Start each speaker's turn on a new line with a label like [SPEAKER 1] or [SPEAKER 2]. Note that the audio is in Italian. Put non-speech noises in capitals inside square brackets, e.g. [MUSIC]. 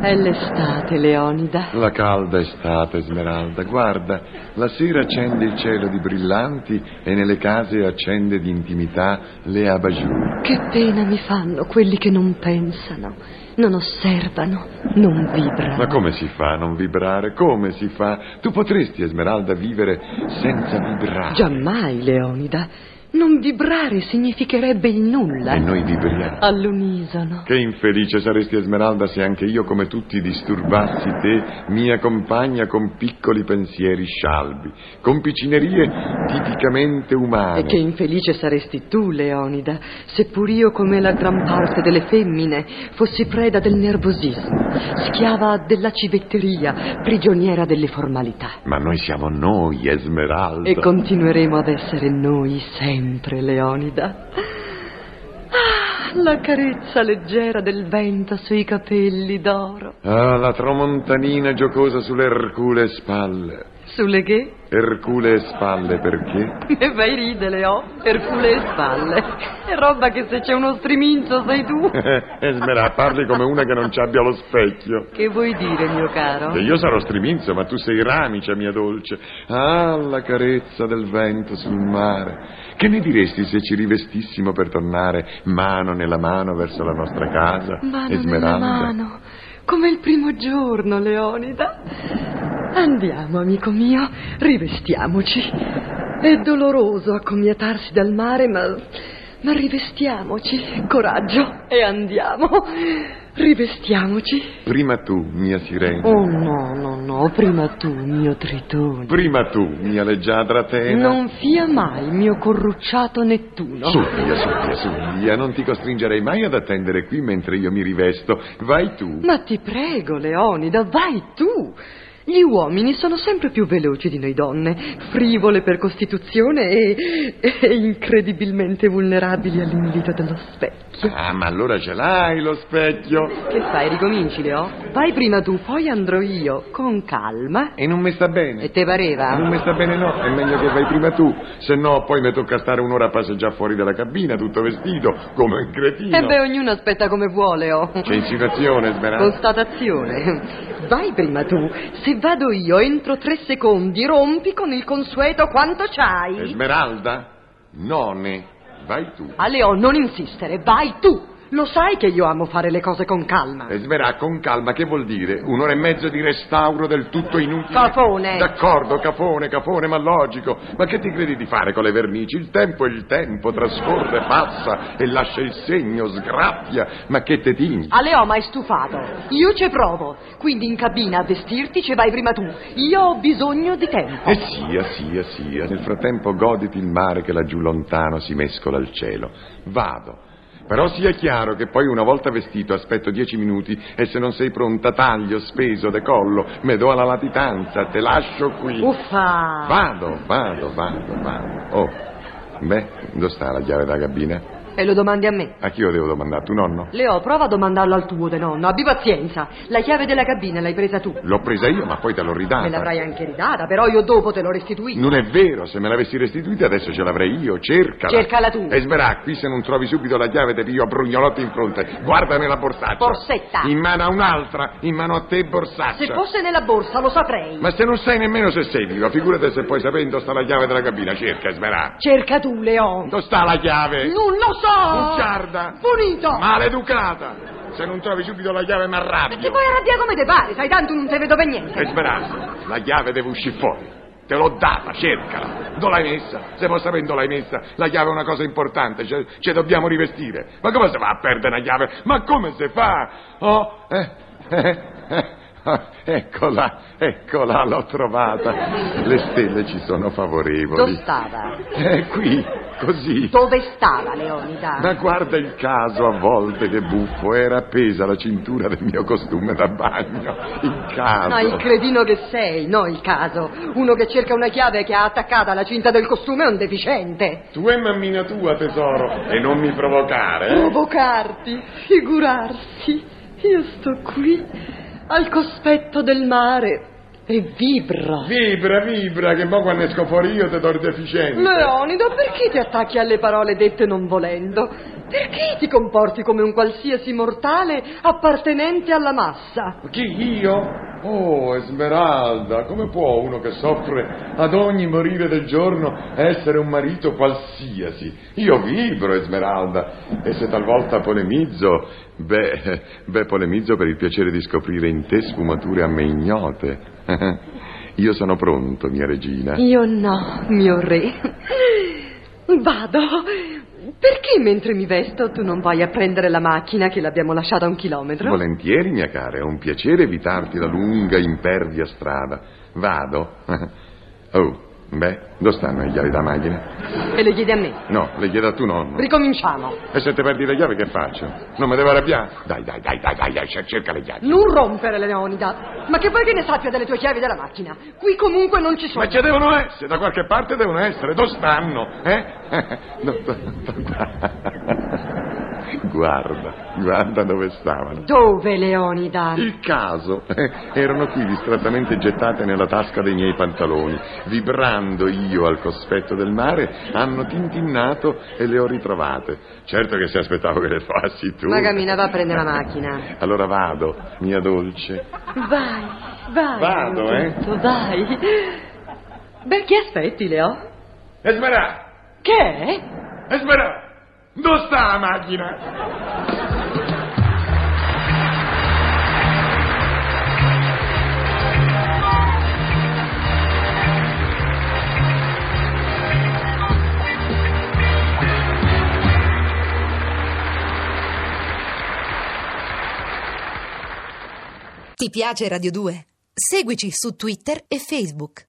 [SPEAKER 1] È l'estate, Leonida.
[SPEAKER 2] La calda estate, Smeralda. Guarda, la sera accende il cielo di brillanti e nelle case accende di intimità le abajur.
[SPEAKER 1] Che pena mi fanno quelli che non pensano, non osservano, non vibrano.
[SPEAKER 2] Ma come si fa a non vibrare? Come si fa? Tu potresti, Esmeralda, vivere senza vibrare.
[SPEAKER 1] Giammai, Leonida. Non vibrare significherebbe il nulla.
[SPEAKER 2] E noi vibriamo.
[SPEAKER 1] All'unisono.
[SPEAKER 2] Che infelice saresti Esmeralda se anche io come tutti disturbassi te, mia compagna, con piccoli pensieri scialbi, con piccinerie tipicamente umane.
[SPEAKER 1] E che infelice saresti tu, Leonida, se pur io, come la gran parte delle femmine, fossi preda del nervosismo, schiava della civetteria, prigioniera delle formalità.
[SPEAKER 2] Ma noi siamo noi, Esmeralda.
[SPEAKER 1] E continueremo ad essere noi sempre, Leonida. Ah, la carezza leggera del vento sui capelli d'oro,
[SPEAKER 2] Ah, la tramontanina giocosa sull'Ercule spalle.
[SPEAKER 1] sulle che?
[SPEAKER 2] Ercule spalle perché? [LAUGHS]
[SPEAKER 1] E fai ridere, oh, Ercule e spalle. È roba che se c'è uno striminzo sei tu.
[SPEAKER 2] Eh. Esmeralda, parli come una che non ci abbia lo specchio.
[SPEAKER 1] Che vuoi dire, mio caro?
[SPEAKER 2] E io sarò striminzo, ma tu sei ramice, mia dolce. Ah, la carezza del vento sul mare. Che ne diresti se ci rivestissimo per tornare mano nella mano verso la nostra casa,
[SPEAKER 1] Mano nella
[SPEAKER 2] Esmeralda?
[SPEAKER 1] mano, come il primo giorno, Leonida. Andiamo, amico mio, rivestiamoci. È doloroso accomiatarsi dal mare, ma, ma rivestiamoci, coraggio, e andiamo. Rivestiamoci.
[SPEAKER 2] Prima tu, mia sirena.
[SPEAKER 1] Oh no, no, no, prima tu, mio tritone.
[SPEAKER 2] Prima tu, mia leggiadra Atena.
[SPEAKER 1] Non fia mai, mio corrucciato Nettuno.
[SPEAKER 2] Suvvia, suvvia, suvvia, non ti costringerei mai ad attendere qui mentre io mi rivesto. Vai tu.
[SPEAKER 1] Ma ti prego, Leonida, vai tu. Gli uomini sono sempre più veloci di noi donne, frivole per costituzione e, e incredibilmente vulnerabili all'invito dello specchio.
[SPEAKER 2] Ah, ma allora ce l'hai lo specchio.
[SPEAKER 1] Che fai, ricominci, Leo? Vai prima tu, poi andrò io, con calma.
[SPEAKER 2] E non mi sta bene.
[SPEAKER 1] E te
[SPEAKER 2] Non
[SPEAKER 1] pareva?
[SPEAKER 2] mi sta bene, no, è meglio che vai prima tu, se no poi mi tocca stare un'ora a passeggiare fuori dalla cabina, tutto vestito, come un cretino.
[SPEAKER 1] E beh, ognuno aspetta come vuole, oh.
[SPEAKER 2] C'è insinuazione, Smeralda.
[SPEAKER 1] Constatazione. Vai prima tu. Se vado io, entro tre secondi rompi con il consueto quanto c'hai.
[SPEAKER 2] Smeralda? None, vai tu.
[SPEAKER 1] Ah, Leo, non insistere, vai tu! Lo sai che io amo fare le cose con calma.
[SPEAKER 2] Esmerà, con calma, che vuol dire? Un'ora e mezzo di restauro del tutto inutile.
[SPEAKER 1] Cafone.
[SPEAKER 2] D'accordo, cafone, cafone, ma logico. Ma che ti credi di fare con le vernici? Il tempo è il tempo, trascorre, passa e lascia il segno, sgraffia. Ma che te tingi?
[SPEAKER 1] Ah, Leo, ma è stufato. Io ci provo. Quindi in cabina a vestirti ci vai prima tu. Io ho bisogno di tempo.
[SPEAKER 2] Eh sia, sia, sia. Nel frattempo goditi il mare che laggiù lontano si mescola al cielo. Vado. Però sia chiaro che poi una volta vestito aspetto dieci minuti e se non sei pronta taglio, speso, decollo, me do alla latitanza, te lascio qui.
[SPEAKER 1] Uffa!
[SPEAKER 2] Vado, vado, vado, vado. Oh, beh, dove sta la chiave della cabina?
[SPEAKER 1] E lo domandi a me.
[SPEAKER 2] A chi lo devo domandare? Tu nonno?
[SPEAKER 1] Leo, prova a domandarlo al tuo de nonno. Abbi pazienza. La chiave della cabina l'hai presa tu.
[SPEAKER 2] L'ho presa io, ma poi te l'ho
[SPEAKER 1] Me
[SPEAKER 2] ridata.
[SPEAKER 1] l'avrai anche ridata, però io dopo te l'ho restituita.
[SPEAKER 2] Non è vero, se me l'avessi restituita adesso ce l'avrei io, cercala.
[SPEAKER 1] Cercala tu.
[SPEAKER 2] E smerà, qui se non trovi subito la chiave te piglio a Brugnolotti in fronte. Guarda nella borsaccia.
[SPEAKER 1] Borsetta.
[SPEAKER 2] In mano a un'altra, in mano a te borsaccia.
[SPEAKER 1] Se fosse nella borsa lo saprei.
[SPEAKER 2] Ma se non sai nemmeno se sei viva, figurati se poi sapendo sta la chiave della cabina, cerca, smerà.
[SPEAKER 1] Cerca tu, Leo.
[SPEAKER 2] Dove sta la chiave?
[SPEAKER 1] Non lo so!
[SPEAKER 2] eh. Bugiarda!
[SPEAKER 1] Punito!
[SPEAKER 2] Maleducata! Se non trovi subito la chiave mi
[SPEAKER 1] Perché
[SPEAKER 2] arrabbio.
[SPEAKER 1] poi arrabbia come te pare, sai tanto non te vedo per niente.
[SPEAKER 2] E smerà, la chiave deve uscire fuori. Te l'ho data, cercala. Dove l'hai messa? Se posso sapere dove l'hai messa, la chiave è una cosa importante, ce- ci dobbiamo rivestire. Ma come si fa a perdere una chiave? Ma come si fa? Oh, eh, eh, eh, ah, eccola, eccola, l'ho trovata. Le stelle ci sono favorevoli.
[SPEAKER 1] Dove stava?
[SPEAKER 2] Eh, qui, così.
[SPEAKER 3] Dove stava Leonida?
[SPEAKER 2] Ma guarda il caso a volte che buffo, era appesa alla cintura del mio costume da bagno. Il caso.
[SPEAKER 1] Ma il cretino che sei, no il caso. Uno che cerca una chiave che ha attaccata alla cinta del costume è un deficiente.
[SPEAKER 2] Tu è mammina tua, tesoro, e non mi provocare. eh?
[SPEAKER 1] Provocarti, figurarsi. Io sto qui, al cospetto del mare, e vibro.
[SPEAKER 2] Vibra, vibra, che poi quando esco fuori io te do il deficiente.
[SPEAKER 1] Leonida, perché ti attacchi alle parole dette non volendo? Perché ti comporti come un qualsiasi mortale appartenente alla massa?
[SPEAKER 2] Chi io? Oh, Esmeralda, come può uno che soffre ad ogni morire del giorno essere un marito qualsiasi? Io vibro, Esmeralda, e se talvolta polemizzo, beh, beh, polemizzo per il piacere di scoprire in te sfumature a me ignote. [LAUGHS] Io sono pronto, mia regina.
[SPEAKER 1] Io no, mio re. Vado. Perché mentre mi vesto tu non vai a prendere la macchina che l'abbiamo lasciata a un chilometro?
[SPEAKER 2] Volentieri, mia cara, è un piacere evitarti la lunga, impervia strada. Vado. [LAUGHS] Oh, beh, dove stanno le chiavi da macchina?
[SPEAKER 1] E le chiedi a me.
[SPEAKER 2] No, le chiedo a tuo nonno.
[SPEAKER 1] Ricominciamo.
[SPEAKER 2] E se te perdi le chiavi che faccio? Non mi devo arrabbiare? Dai, dai, dai, dai, dai, dai, cer- cerca le chiavi.
[SPEAKER 1] Non rompere, Leonida. Ma che vuoi che ne sappia delle tue chiavi della macchina? Qui comunque non ci sono.
[SPEAKER 2] Ma ci devono essere, da qualche parte devono essere, dove stanno? Eh? [LAUGHS] No, no, no. Guarda, guarda dove stavano.
[SPEAKER 1] Dove, Leonida?
[SPEAKER 2] Il caso, eh, erano qui distrattamente gettate nella tasca dei miei pantaloni. Vibrando io al cospetto del mare, hanno tintinnato e le ho ritrovate. Certo che si aspettavo che le fassi tu.
[SPEAKER 1] Magamina, va a prendere la macchina.
[SPEAKER 2] Allora vado, mia dolce.
[SPEAKER 1] Vai, vai.
[SPEAKER 2] Vado, eh.
[SPEAKER 1] tutto, Vai. Beh, chi aspetti, Leo?
[SPEAKER 2] Esmerà!
[SPEAKER 1] Che è?
[SPEAKER 2] Esmerà! Dove sta la macchina?
[SPEAKER 4] Ti piace Radio 2? Seguici su Twitter e Facebook.